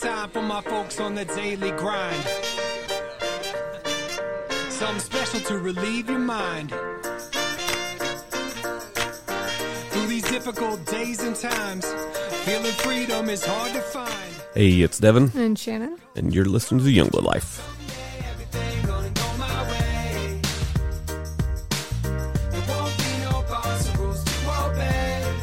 time for my folks on the daily grind. Something special to relieve your mind. Through these difficult days and times, feeling freedom is hard to find. Hey, it's Devin, And Shannon. and you're listening to Youngblood Life. Everything gonna go my way. There won't be no possibles to obey.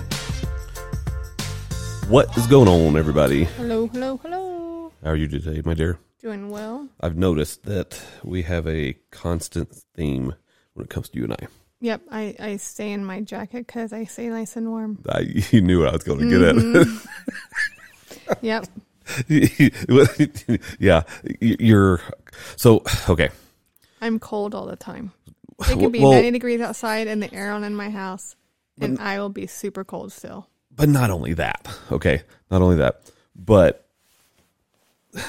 What is going on, everybody? Hello, hello, hello. How are you today, my dear? Doing well. I've noticed that we have a constant theme when it comes to you and I. Yep, I, I stay in my jacket because I stay nice and warm. I you knew what I was going to get Yep. at. yeah, y- you're so okay. I'm cold all the time. It can be Well, 90 degrees outside and the air on in my house, and I will be super cold still. but not only that. Okay, not only that, but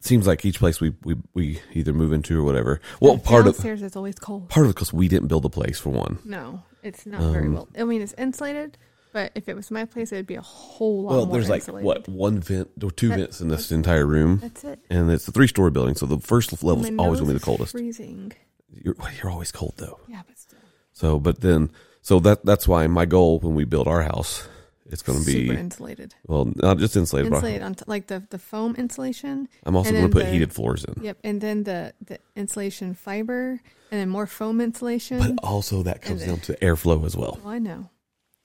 it seems like each place we we we either move into or whatever. Well, part of Downstairs is always cold. part of because we didn't build a place for one. No, it's not Um, very well. I mean, it's insulated, but if it was my place, it'd be a whole lot Well, more there's like insulated. what one vent or two vents in this entire room. That's it. And it's a three-story building, so the first level My is always nose going to be is the coldest. Freezing. You're, you're always cold though. Yeah, but still. So, but then, so that that's why my goal when we build our house, it's going to be super insulated. well, not just insulated. but Insulated on t- like the, the foam insulation. I'm also and going to then put the- heated floors in. Yep, and then the the insulation fiber, and then more foam insulation. But also that comes then- down to airflow as well. oh, I know.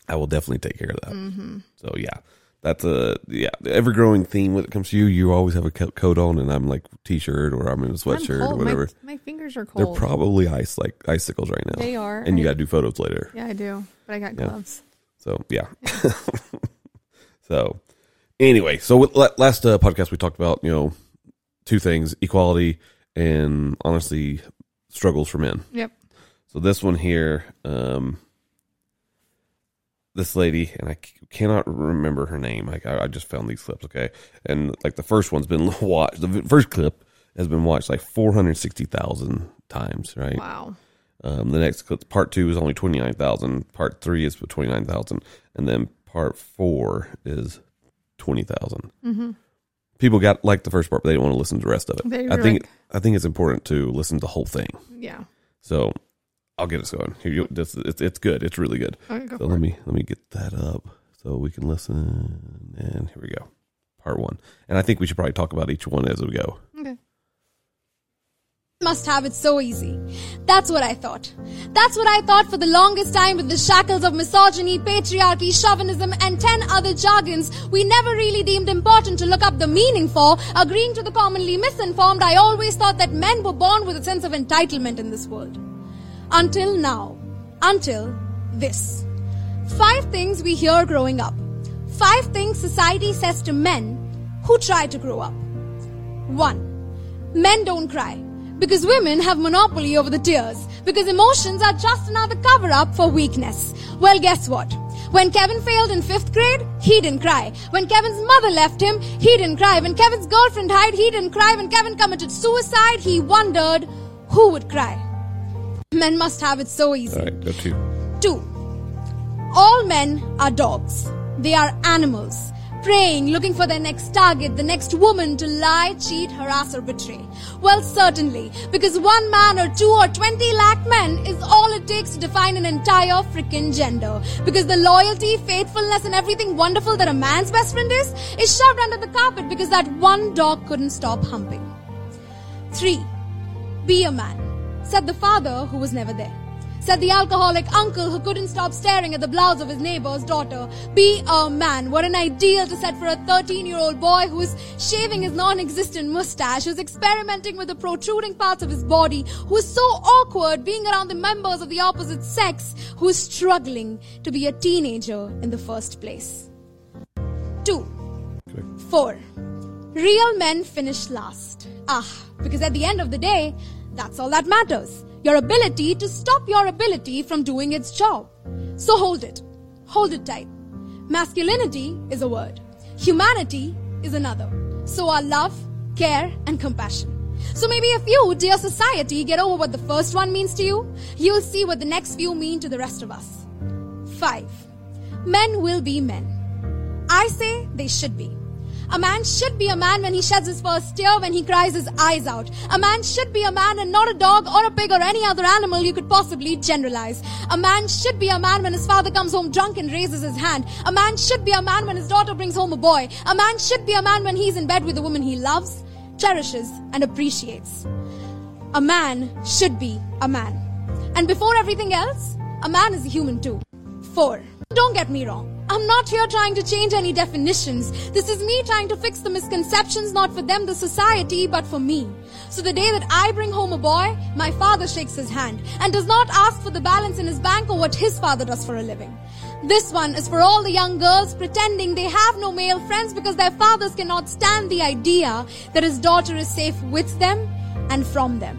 I will definitely take care of that. Mm-hmm. So yeah, that's a yeah ever growing theme when it comes to you. You always have a co- coat on, and I'm like t-shirt or I'm in a I'm sweatshirt or cold. whatever. My, my fingers are They're cold. probably ice like icicles right now. They are. and you I- got to do photos later. yeah, I do, but I got Yeah. gloves. So yeah. so anyway, so with, la- last uh, podcast we talked about you know two things: equality and honestly struggles for men. Yep. So this one here, um, this lady, and I c- cannot remember her name. I, I- I just found these clips, okay? And like the first one's been watched. The v- first clip has been watched like four hundred sixty thousand times, right? Wow. Um, the next clip, part two, is only twenty nine thousand. Part three is twenty nine thousand, and then part four is twenty Mhm. People got like the first part, but they didn't want to listen to the rest of it. They I were think I think it's important to listen to the whole thing. Yeah. So I'll get us going. Here, you, this, it's, it's good. It's really good. Okay, go So for let me let me get that up so we can listen. And here we go, part one. And I think we should probably talk about each one as we go. it. Okay. must have it so easy. That's what I thought. That's what I thought for the longest time with the shackles of misogyny, patriarchy, chauvinism, and ten other jargons we never really deemed important to look up the meaning for, agreeing to the commonly misinformed, I always thought that men were born with a sense of entitlement in this world. Until now. Until this. Five things we hear growing up. Five things society says to men who try to grow up. 1. Men don't cry because women have monopoly over the tears because emotions are just another cover up for weakness. Well, guess what? When Kevin failed in fifth grade, he didn't cry. When Kevin's mother left him, he didn't cry. When Kevin's girlfriend died, he didn't cry. When Kevin committed suicide, he wondered who would cry. Men must have it so easy. All right, go two. 2. All men are dogs. They are animals, preying, looking for their next target, the next woman to lie, cheat, harass, or betray. Well, certainly, because one man or two or 20 lakh men is all it takes to define an entire freaking gender. Because the loyalty, faithfulness, and everything wonderful that a man's best friend is, is shoved under the carpet because that one dog couldn't stop humping. 3. Be a man, said the father who was never there. Said the alcoholic uncle who couldn't stop staring at the blouse of his neighbor's daughter. Be a man. What an ideal to set for a 13 year old boy who is shaving his non existent mustache, who's experimenting with the protruding parts of his body, who is so awkward being around the members of the opposite sex, who is struggling to be a teenager in the first place. 2. Four. Real men finish last. Ah, because at the end of the day, that's all that matters. Your ability to stop your ability from doing its job. So hold it. Hold it tight. Masculinity is a word. Humanity is another. So are love, care, and compassion. So maybe if you, dear society, get over what the first one means to you, you'll see what the next few mean to the rest of us. 5. Men will be men. I say they should be. A man should be a man when he sheds his first tear, when he cries his eyes out. A man should be a man and not a dog or a pig or any other animal you could possibly generalize. A man should be a man when his father comes home drunk and raises his hand. A man should be a man when his daughter brings home a boy. A man should be a man when he's in bed with a woman he loves, cherishes, and appreciates. A man should be a man. And before everything else, a man is a human too. 4. Don't get me wrong. I'm not here trying to change any definitions. This is me trying to fix the misconceptions, not for them, the society, but for me. So the day that I bring home a boy, my father shakes his hand and does not ask for the balance in his bank or what his father does for a living. This one is for all the young girls pretending they have no male friends because their fathers cannot stand the idea that his daughter is safe with them and from them.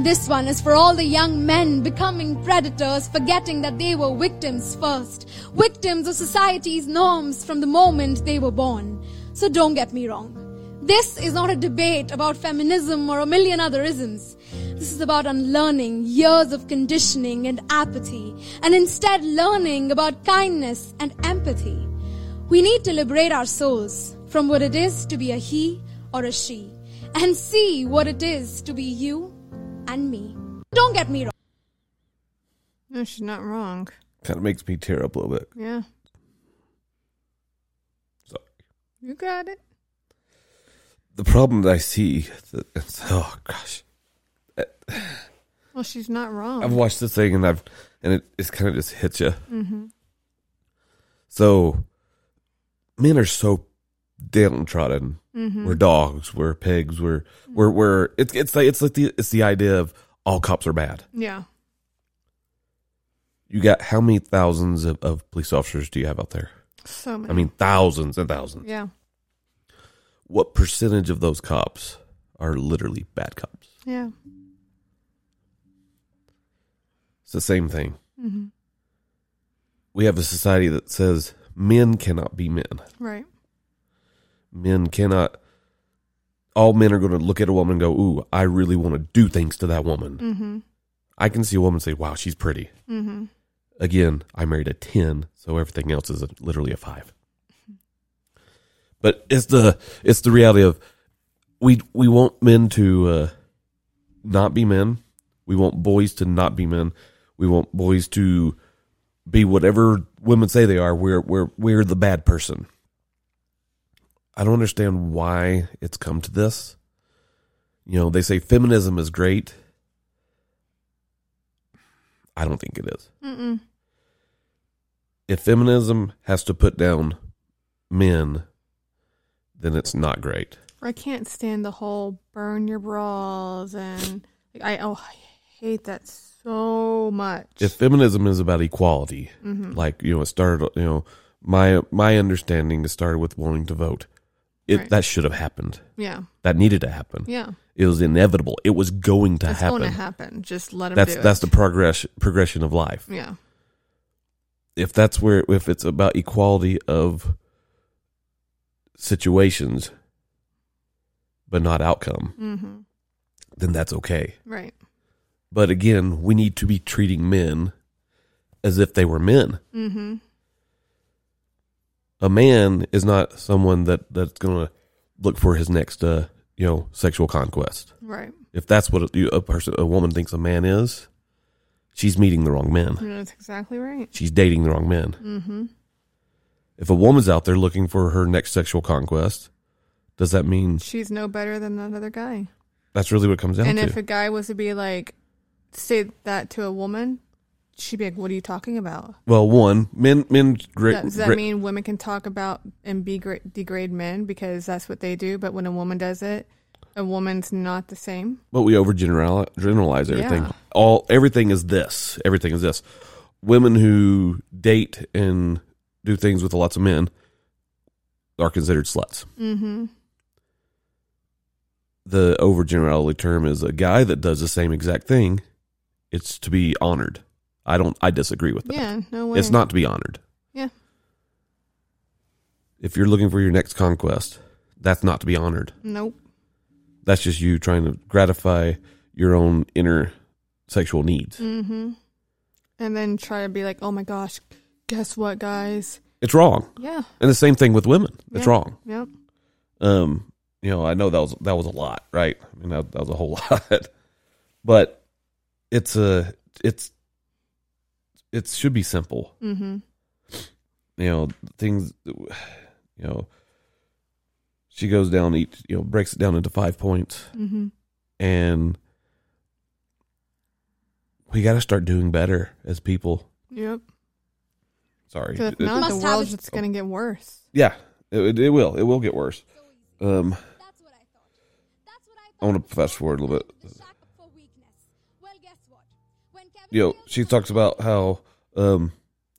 This one is for all the young men becoming predators, forgetting that they were victims first. Victims of society's norms from the moment they were born. So don't get me wrong. This is not a debate about feminism or a million other isms. This is about unlearning years of conditioning and apathy, and instead learning about kindness and empathy. We need to liberate our souls from what it is to be a he or a she, and see what it is to be you and me. Don't get me wrong. No, she's not wrong. Kind of makes me tear up a little bit. Yeah. Sorry. You got it. The problem that I see, that it's, oh gosh, Well, she's not wrong. I've watched this thing and I've and it it's kind of just hits you. Mm-hmm. So men are so downtrodden. We're dogs. We're pigs. We're we're we're it's it's like it's like the it's the idea of all cops are bad. yeah. You got how many thousands of, of police officers do you have out there? So many. I mean, thousands and thousands. yeah. What percentage of those cops are literally bad cops? Yeah. It's the same thing. We have a society that says men cannot be men. Right. men cannot all men are going to look at a woman and go ooh i really want to do things to that woman mm-hmm. i can see a woman say wow she's pretty mm-hmm. again i married a 10 so everything else is a, literally a 5 but it's the it's the reality of we we want men to uh, not be men we want boys to not be men we want boys to be whatever women say they are we're we're we're the bad person I don't understand why it's come to this. You know, they say feminism is great. I don't think it is. If feminism has to put down men, then it's not great. I can't stand the whole burn your bras and like, I oh I hate that so much. Mm-hmm. If feminism is about equality, like you know, it started. You know, my my understanding it started with wanting to vote. It Right. that should have happened. yeah. That needed to happen. Yeah. It was inevitable. It was going to It's happen. gonna happen. Just let him That's do that's it. the progress progression of life. yeah. if that's where if it's about equality of situations but not outcome then that's okay Mm-hmm. Right. but again we need to be treating men as if they were men mm-hmm. a man is not someone that that's gonna look for his next uh you know sexual conquest Right. if that's what a, a person a woman thinks a man is she's meeting the wrong men You know, that's exactly right. she's dating the wrong men. Mm-hmm. If a woman's out there looking for her next sexual conquest, does that mean She's no better than that other guy. that's really what it comes down And to? if a guy was to be like say that to a woman, she'd be like, What are you talking about? well, one men men great. Does that mean women can talk about and be gra- degrade men because that's what they do? But when a woman does it, a woman's not the same. but we overgeneralize generalize everything. Yeah. All everything is this. Everything is this. Women who date and do things with lots of men are considered sluts. Mm-hmm. The overgenerality term is a guy that does the same exact thing. It's to be honored. I don't. I disagree with that. Yeah, no way. It's not to be honored. Yeah, If you're looking for your next conquest, that's not to be honored. nope. That's just you trying to gratify your own inner sexual needs. Mm. Mm-hmm. And then try to be like, oh my gosh, guess what, guys? It's wrong. Yeah, And the same thing with women. It's Yeah. wrong. yep. Um, you know, I know that was that was a lot, right? I mean, that, that was a whole lot, but it's a it's it should be simple. Mm-hmm. you know things you know she goes down each you know breaks it down into five points Mm-hmm. and we got to start doing better as people Yep. sorry 'Cause if It- not, Must the have world's it. just gonna get worse. yeah it, it will it will get worse um That's what I thought. That's what I thought. I wanna fast forward a little bit. The shack for weakness. Well, guess what? When Kevin you know feels she talks about how um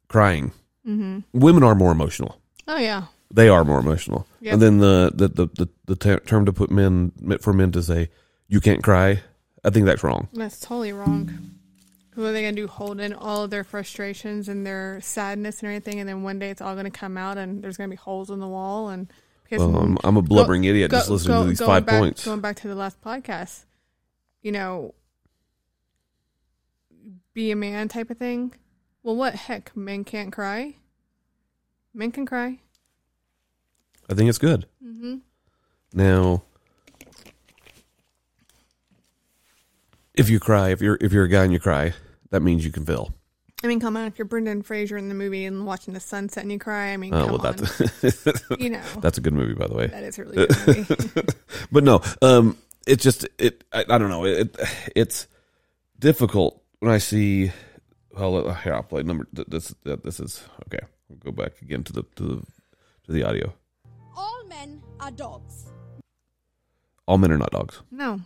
crying Mm-hmm. women are more emotional Oh yeah. they are more emotional Yep. and then the the the, the, the ter- term to put men meant for men to say you can't cry i think that's wrong That's totally wrong. What are they gonna do? Hold in all of their frustrations and their sadness and everything, and then one day it's all gonna come out, and there's gonna be holes in the wall. And because Well, I'm, Um, I'm a blubbering Go- idiot go- just listening go- to these going five back- points. Going back to the last podcast, you know, be a man type of thing. Well, what heck? Men can't cry. Men can cry. I think it's good. Mm-hmm. Now, if you cry, if you're if you're a guy and you cry, that means you can feel. I mean, come on. If you're Brendan Fraser in the movie and watching the sunset and you cry, I mean, Oh come well, on. that's you know, that's a good movie, by the way. that is a really good movie. But no, um, it's just it. I, I don't know. It, it's difficult when I see. Well, here I'll play number. th- This th- this is okay. We'll go back again to the to the to the audio. all men are dogs. All men are not dogs. no.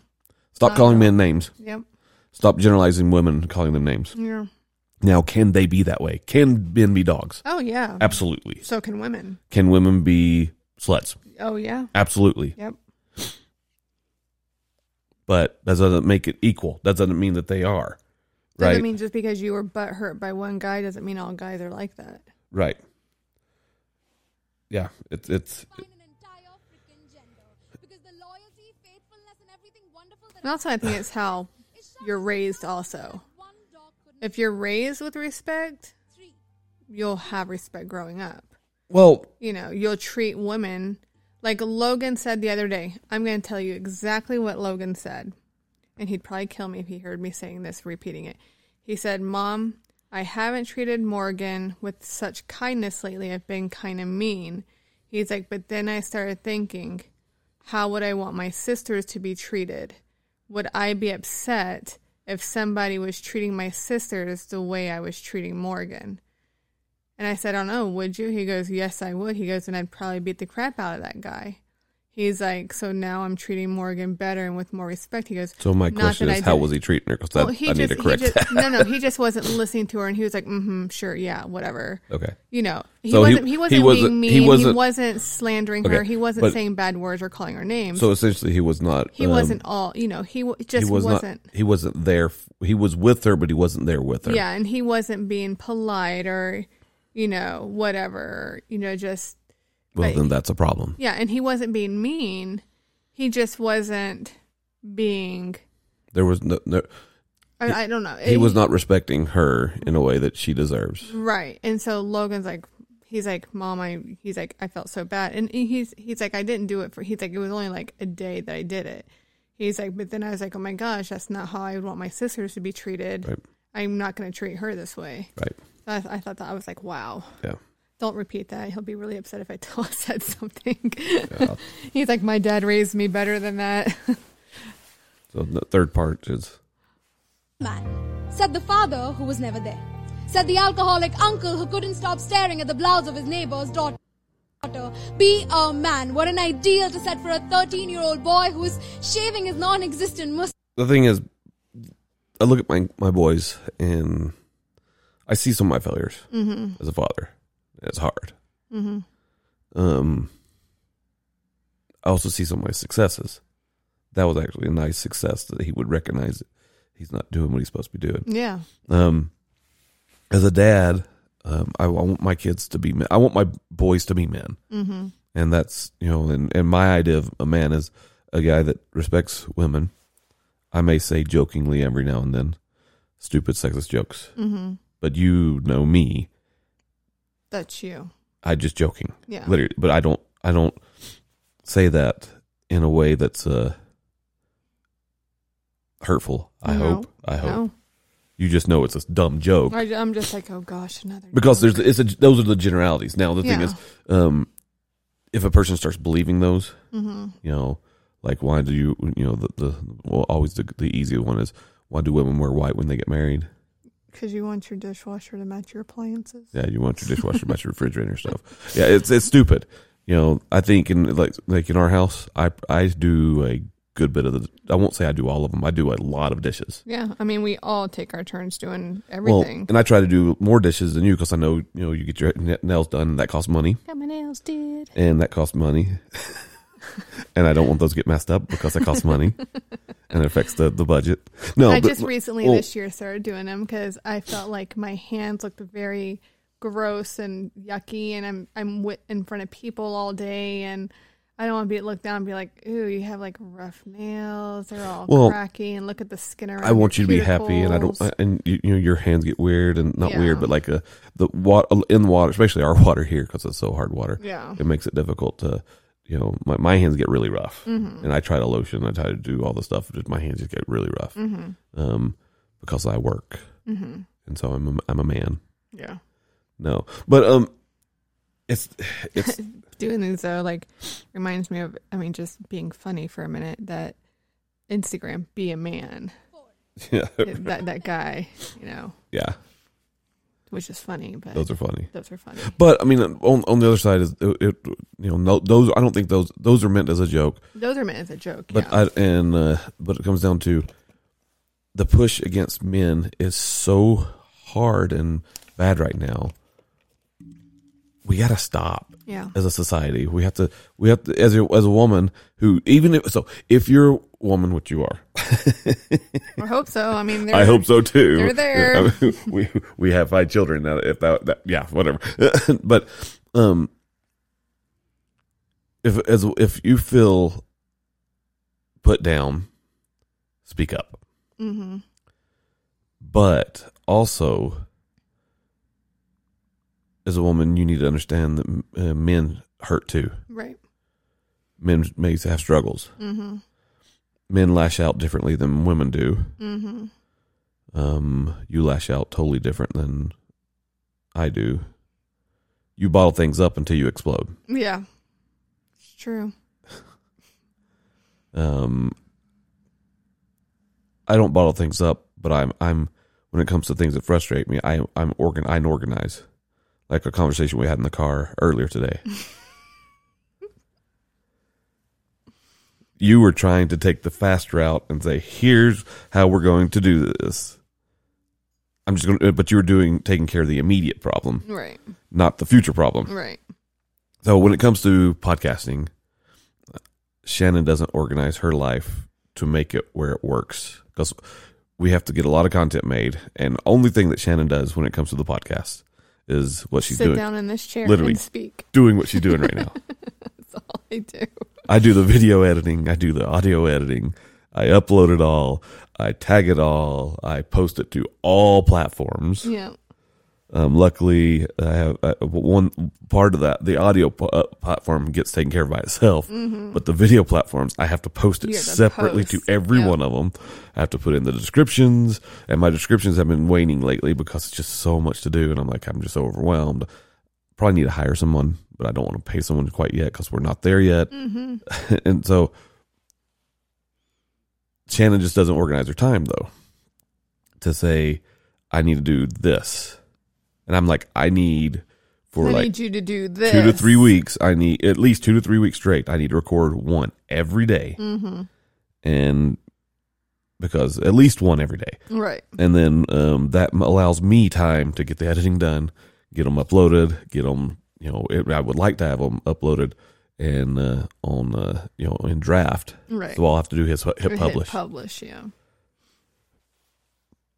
Stop calling men names. Yep. Stop generalizing women and calling them names. Yeah. Now, can they be that way? Can men be dogs? Oh yeah. Absolutely. So can women. Can women be sluts? Oh yeah. Absolutely. Yep. But that doesn't make it equal. That doesn't mean that they are. Doesn't Right. mean just because you were butt hurt by one guy doesn't mean all guys are like that. right. Yeah. It's it's Find an entire freaking gender because the loyalty, faithfulness, and everything wonderful that And also, I think it's how is shown you're in raised nothing also. that one dog couldn't If you're raised with respect, treat. you'll have respect growing up. well. You know, you'll treat women like Logan said the other day. I'm going to tell you exactly what Logan said. And he'd probably kill me if he heard me saying this, repeating it. He said, Mom, I haven't treated Morgan with such kindness lately. I've been kind of mean. He's like, But then I started thinking, how would I want my sisters to be treated? Would I be upset if somebody was treating my sisters the way I was treating Morgan? And I said, I don't know, would you? He goes, Yes, I would. He goes, And I'd probably beat the crap out of that guy. He's like, So now I'm treating Morgan better and with more respect. He goes, So my "Not question that is, I how did- was he treating her? Because I need to correct he just, that. No, no, he just wasn't listening to her, and he was like, "Mm-hmm, sure, yeah, whatever." Okay. You know, he So he- wasn't. He, he wasn't being wasn't- mean. he He wasn't, wasn't- slandering Okay, her. He wasn't but- saying bad words or calling her names. So essentially, he was not. he um, wasn't all. You know, he w- just he was not. was not He wasn't there. f- He was with her, but he wasn't there with her. Yeah, and he wasn't being polite or, you know, whatever. You know, just Well, but- then that's a problem. yeah, and he wasn't being mean. He just wasn't being. There was no. no I, I don't know. he was not respecting her in a way that she deserves. Right. And so Logan's like, he's like, Mom, I, he's like, I felt so bad. And he's, he's like, I didn't do it for, he's like, it was only like a day that I did it. He's like, but then I was like, oh my gosh, that's not how I would want my sisters to be treated. Right. I'm not going to treat her this way. Right. So I, I thought that I was like, wow, Yeah. don't repeat that. He'll be really upset if I tell said something. he's like, my dad raised me better than that. So the third part is man, said the father who was never there, said the alcoholic uncle who couldn't stop staring at the blouse of his neighbor's daughter. Be a man. What an ideal to set for a 13 year old boy who is shaving his non existent mustache. the thing is, I look at my my boys and I see some of my failures Mm-hmm. as a father. It's hard. Um, I also see some of my successes. That was actually a nice success that he would recognize. That he's not doing what he's supposed to be doing. yeah. Um, as a dad, um, I, I want my kids to be men. I want my boys to be men, mm-hmm. and that's you know, and, and my idea of a man is a guy that respects women. I may say jokingly every now and then, stupid sexist jokes, mm-hmm. but you know me. That's you. I just joking, Yeah. literally. But I don't, I don't say that in a way that's uh, hurtful. I No. hope. I hope No. you just know it's a dumb joke I, am just like, oh gosh, another. because there's it's a, those are the generalities. Now the thing Yeah. is, um, if a person starts believing those, hmm you know, like why do you you know the the well, always the the easy one is why do women wear white when they get married? Because you want your dishwasher to match your appliances. Yeah, you want your dishwasher, about your refrigerator and stuff. Yeah, it's it's stupid. You know, I think in like like in our house, I I do a good bit of the. I won't say I do all of them. I do a lot of dishes. Yeah, I mean, we all take our turns doing Well, everything. and I try to do more dishes than you because I know you know you get your na- nails done. That costs money, Got my nails did. and that costs money. and I don't want those to get messed up because that costs money, and it affects the the budget. No, I but- just recently well- this year started doing them because I felt like my hands looked very gross and yucky, and I'm I'm wi- in front of people all day, and I don't want to be looked down and be like, ooh, you have like rough nails, they're all Well, cracky, and look at the skin around. I want you your to be happy, and I don't, cuticles." and you, you know, your hands get weird and not Yeah. weird, but like a the water in the water, especially our water here because it's so hard water. yeah, It makes it difficult to, you know, my, my hands get really rough, Mm-hmm. Mm. and I try to lotion, I try to do all the stuff, but my hands just get really rough, Mm. Mm-hmm. um, because I work, and so I'm a, I'm a man. yeah. No, but um, it's it's doing these though like reminds me of i mean just being funny for a minute that instagram be a man yeah It- that that guy you know yeah which is funny but those those are, are funny. funny But I mean, on, on the other side is it, it, you know no, those I don't think those those are meant as a joke. those are meant as a joke But yeah. I and uh, but it comes down to the push against men is so hard and bad right now. We got to stop yeah as a society. We have to we have to as a, as a woman who even if so if you're a woman which you are. i hope so i mean I they're- hope so too. they're there. I mean, we we have five children now. If that, that yeah, whatever. but um, if as if you feel put down, speak up. Mhm. But also, as a woman, you need to understand that uh, men hurt too. right Men may have struggles. mm-hmm. Men lash out differently than women do. Mm-hmm. um, you lash out totally different than I do. You bottle things up until you explode. yeah it's true Um, I don't bottle things up, but I'm I'm when it comes to things that frustrate me, I I'm organ I organize. Like a conversation we had in the car earlier today. you were trying to take the fast route and say, "Here's how we're going to do this." I'm just going to but you were doing taking care of the immediate problem, right not the future problem. right So when it comes to podcasting, Shannon doesn't organize her life to make it where it works because we have to get a lot of content made. And only thing that Shannon does when it comes to the podcast is what she's sit doing, down in this chair Literally. and speak doing what she's doing right now. that's all i do I do the video editing, I do the audio editing, I upload it all, I tag it all, I post it to all platforms. yeah Um, luckily, I have uh, one part of that. The audio p- uh, platform gets taken care of by itself, but the video platforms, I have to post it Mm-hmm. You have to separately post, to every yeah. one of them. I have to put in the descriptions, and my descriptions have been waning lately because it's just so much to do, and I'm like, I'm just so overwhelmed. Probably need to hire someone, but I don't want to pay someone quite yet because we're not there yet. Mm-hmm. and so, Shannon just doesn't organize her time though. To say, I need to do this, and I'm like, I need for i like need you to do this two to three weeks. I need at least two to three weeks straight. I need to record one every day. Mm-hmm. and because at least one every day, right and then um, that m- allows me time to get the editing done, get them uploaded, get them. You know, it, I would like to have them uploaded and uh, on uh, you know in draft. Right. So I'll have to do his hit publish. Hit publish yeah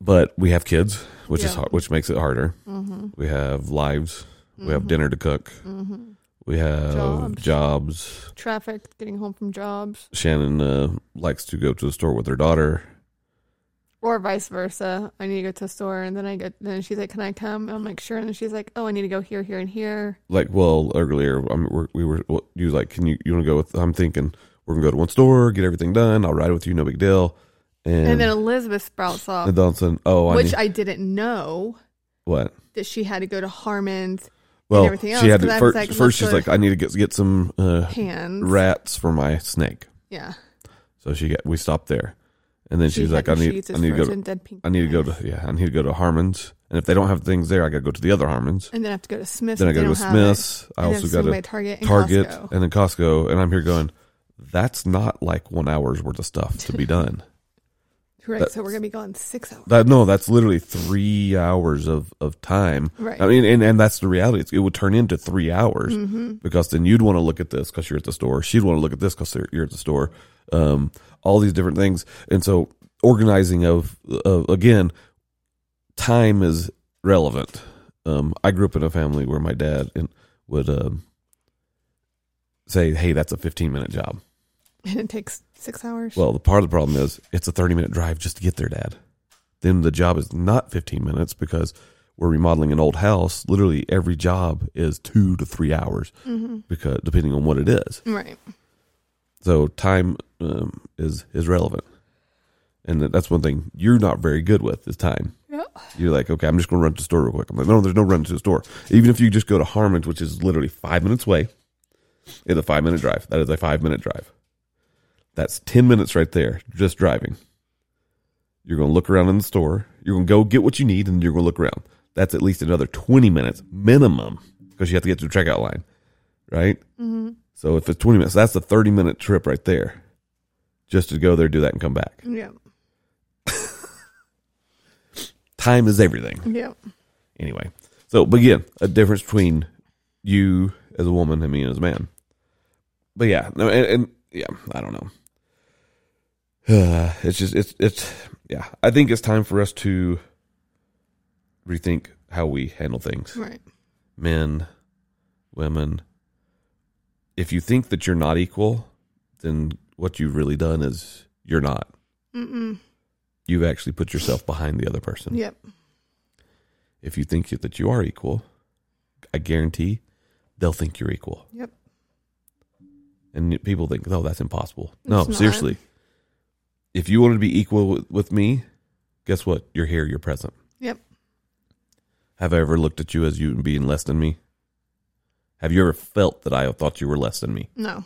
but we have kids, which is Yeah. hard, which makes it harder. Mm-hmm. We have lives. We have dinner to cook. We have Jobs. jobs. Mm-hmm. traffic getting home from jobs Shannon uh, likes to go to the store with her daughter. Or vice versa. I need to go to a store, and then I go. Then she's like, "Can I come?" I'm like, "Sure." And then she's like, "Oh, I need to go here, here, and here." Like, well, earlier I mean, we're, we were. What, you was like, can you? You want to go with? I'm thinking we're gonna go to one store, get everything done. I'll ride with you, no big deal. And, And then Elizabeth sprouts off, and Dawson, oh, I which need- I didn't know what? that she had to go to Harmon's Well, everything she else, had 'cause to, I was first. like, let's first, go she's to- like, I need to get get some uh, hands. rats for my snake. Yeah. So she got we stopped there, and then she, was like, I had- she need uses I need to go frozen to dead pink I need to go to yeah I need to go to Harmon's, and if they don't have things there, I got to go to the other Harmon's. And then I have to go to Smith's. Then I if they got to go don't have it. Smiths. I And also then got swing by to Target and Target Costco. and then Costco, and I'm here going, that's not like one hour's worth of stuff to be done. Right. So we're gonna be gone six hours. That no, that's literally three hours of of time. Right. I mean, and, and that's the reality. It's, it would turn into three hours because then you'd want to look at this because you're at the store. She'd want to look at this because you're at the store. Um, all these different things, and so organizing of, of again, time is relevant. Um, I grew up in a family where my dad and would um, say, "Hey, that's a 15 minute job." And it takes six hours. Well, the part of the problem is it's a 30 minute drive just to get there, Dad. Then the job is not 15 minutes because we're remodeling an old house. Literally every job is two to three hours because depending on what it is. Mm-hmm. right. So time um, is is relevant, and that- that's one thing you're not very good with is time. Yep. You're like, okay, I'm just going to run to the store real quick. I'm like, no, there's no run to the store. Even if you just go to Harmon's, which is literally five minutes away, it's a five minute drive. That is a five minute drive. That's 10 minutes right there, just driving. You're going to look around in the store. You're going to go get what you need and you're going to look around. That's at least another 20 minutes minimum because you have to get to the checkout line, right? Mm-hmm. So if it's 20 minutes, that's a 30 minute trip right there just to go there, do that, and come back. Yep. Time is everything. Yep. anyway so but again a difference between you as a woman and me as a man but yeah no and, and yeah i don't know it's just it's it's yeah i think it's time for us to rethink how we handle things Right. men women if you think that you're not equal then what you've really done is you're not Mm-mm. you've actually put yourself behind the other person Yep. if you think that you are equal, I guarantee they'll think you're equal. Yep. And people think, oh, that's impossible. no, It's not. seriously. If you wanted to be equal with, with me, guess what? You're here, you're present. Yep. Have I ever looked at you as you being less than me? Have you ever felt that I thought you were less than me? No.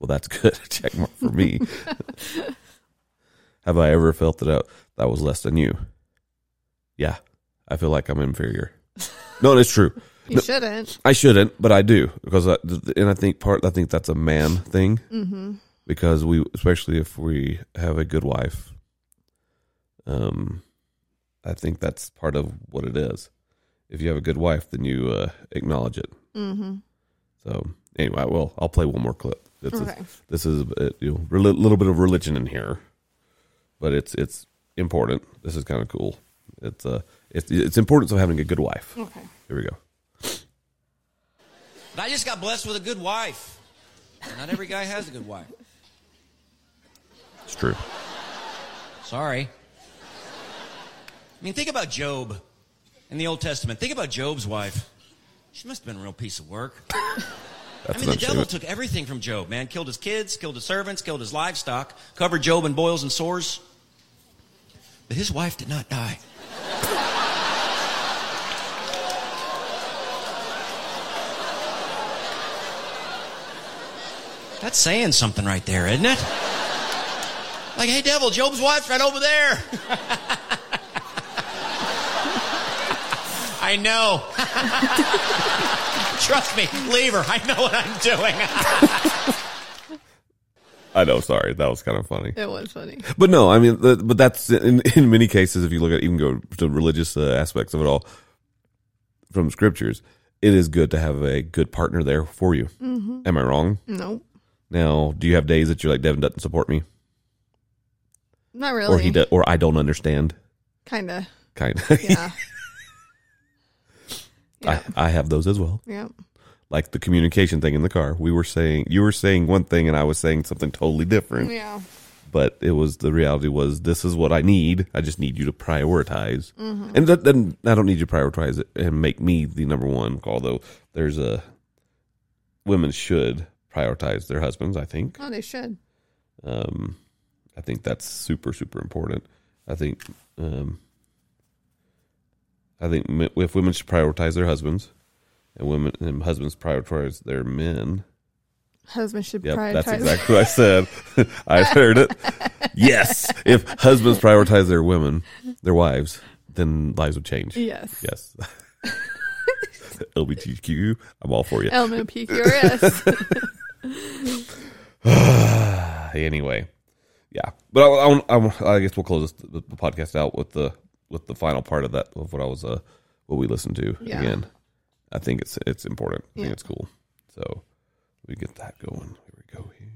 Well, that's good. Check mark for me. Have I ever felt that I, that I was less than you? Yeah, I feel like I'm inferior. No, it's true. You shouldn't. I shouldn't, but I do because, I, and I think part, I think that's a man thing Mm-hmm. because we, especially if we have a good wife, um, I think that's part of what it is. If you have a good wife, then you uh, acknowledge it. Mm-hmm. So anyway, well, I'll play one more clip. This Okay. is this is a you know, rel- little bit of religion in here, but it's it's important. This is kind of cool. It's uh, it's it's importance of having a good wife. Okay. Here we go. But I just got blessed with a good wife. Not every guy has a good wife. It's true. Sorry. I mean, think about Job in the Old Testament. Think about Job's wife. She must have been a real piece of work. That's I mean, an the devil understatement. took everything from Job, man. Killed his kids, killed his servants, killed his livestock, covered Job in boils and sores. But his wife did not die. That's saying something right there, isn't it? Like, hey, devil, Job's wife's right over there. I know. Trust me, leave her. I know what I'm doing. I know. Sorry, that was kind of funny. It was funny. But no, I mean, the, but that's in, in many cases. If you look at even go to religious uh, aspects of it all from scriptures, it is good to have a good partner there for you. Am I wrong? Nope. Now, do you have days that you're like Devin doesn't support me, Not really. or he do, or I don't understand? Kinda. Kind of. Yeah. I, I have those as well. yep. Like the communication thing in the car. We were saying you were saying one thing and I was saying something totally different. Yeah. but it was the reality was this is what I need. I just need you to prioritize, Mm-hmm. and that, then I don't need you to prioritize it and make me the number one. Although there's a women should prioritize their husbands. I think. Oh, they should. Um, I think that's super super important. I think um, I think men- if women should prioritize their husbands, and women and husbands prioritize their men. Husbands should Yep, prioritize. that's exactly what I said. I heard it. Yes, if husbands prioritize their women, their wives, then lives would change. Yes. Yes. LBTQ, I'm all for you. LMPQRS. Oh. anyway, yeah. But I, I, I, I guess we'll close this, the, the podcast out with the with the final part of that of what I was uh what we listened to Yeah. again. I think it's it's important. I Yeah. think it's cool. So we get that going. Here we go. Here.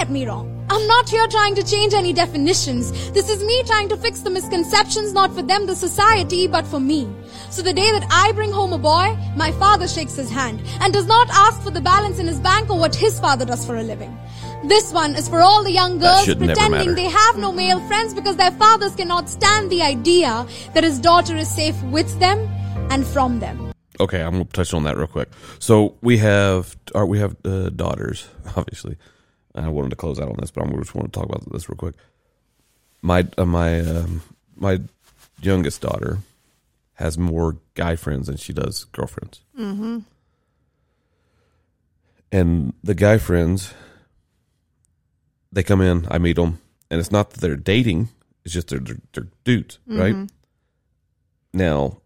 get me wrong. I'm not here trying to change any definitions. This is me trying to fix the misconceptions, not for them, the society, but for me. So the day that I bring home a boy, my father shakes his hand and does not ask for the balance in his bank or what his father does for a living. This one is for all the young girls should never matter. pretending they have no male friends because their fathers cannot stand the idea that his daughter is safe with them and from them. okay, I'm gonna touch on that real quick. So we have our, we have uh, daughters, obviously. And I wanted to close out on this, but I'm just want to talk about this real quick. My uh, my um, my youngest daughter has more guy friends than she does girlfriends. Mm-hmm. And the guy friends, they come in, I meet them, and it's not that they're dating; it's just they're they're, they're dudes, right? Now,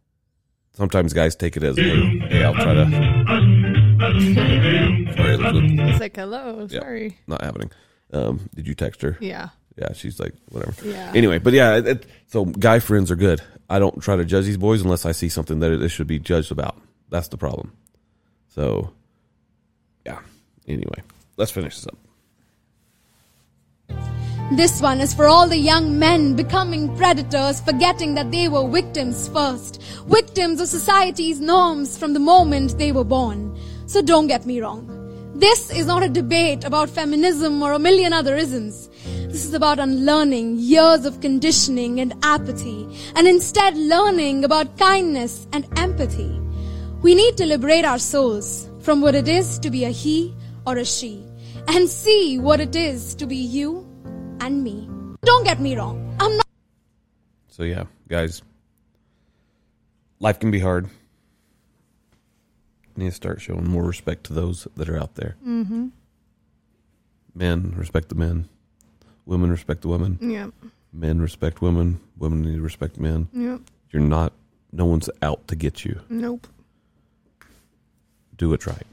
sometimes guys take it as hey, hey I'll try to sorry, that's what- it's like, hello, Yeah. sorry. not happening. Um, did you text her? Yeah. Yeah, she's like whatever. Yeah. Anyway, but yeah, it, it- so guy friends are good. I don't try to judge these boys unless I see something that it should be judged about. That's the problem. So, yeah. Anyway, let's finish this up. This one is for all the young men becoming predators, forgetting that they were victims first. Victims of society's norms from the moment they were born. So don't get me wrong. This is not a debate about feminism or a million other isms. This is about unlearning years of conditioning and apathy, and instead learning about kindness and empathy. We need to liberate our souls from what it is to be a he or a she, and see what it is to be you and me. Don't get me wrong. I'm not So yeah, guys, life can be hard. Need to start showing more respect to those that are out there. Mm-hmm. Men respect the men. Women respect the women. Yep. Men respect women. Women need to respect men. Yep. You're not. No one's out to get you. Nope. Do it right.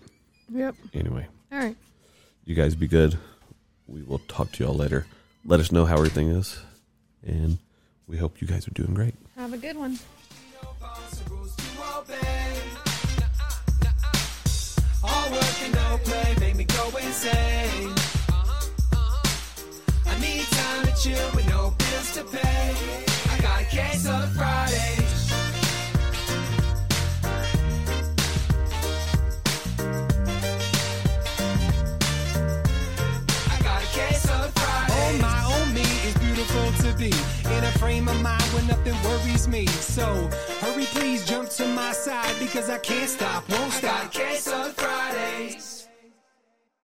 Yep. Anyway, All right. you guys be good. We will talk to y'all later. Let us know how everything is, and we hope you guys are doing great. Have a good one. impossibles to obey. All work and no play make me go insane. I need time to chill with no bills to pay. I got a case on Friday. I got a case on Friday. Oh my, oh me, it's beautiful to be in a frame of mind where nothing worries me. So hurry, please jump to my side because I can't stop, won't stop. I got a case on Fridays.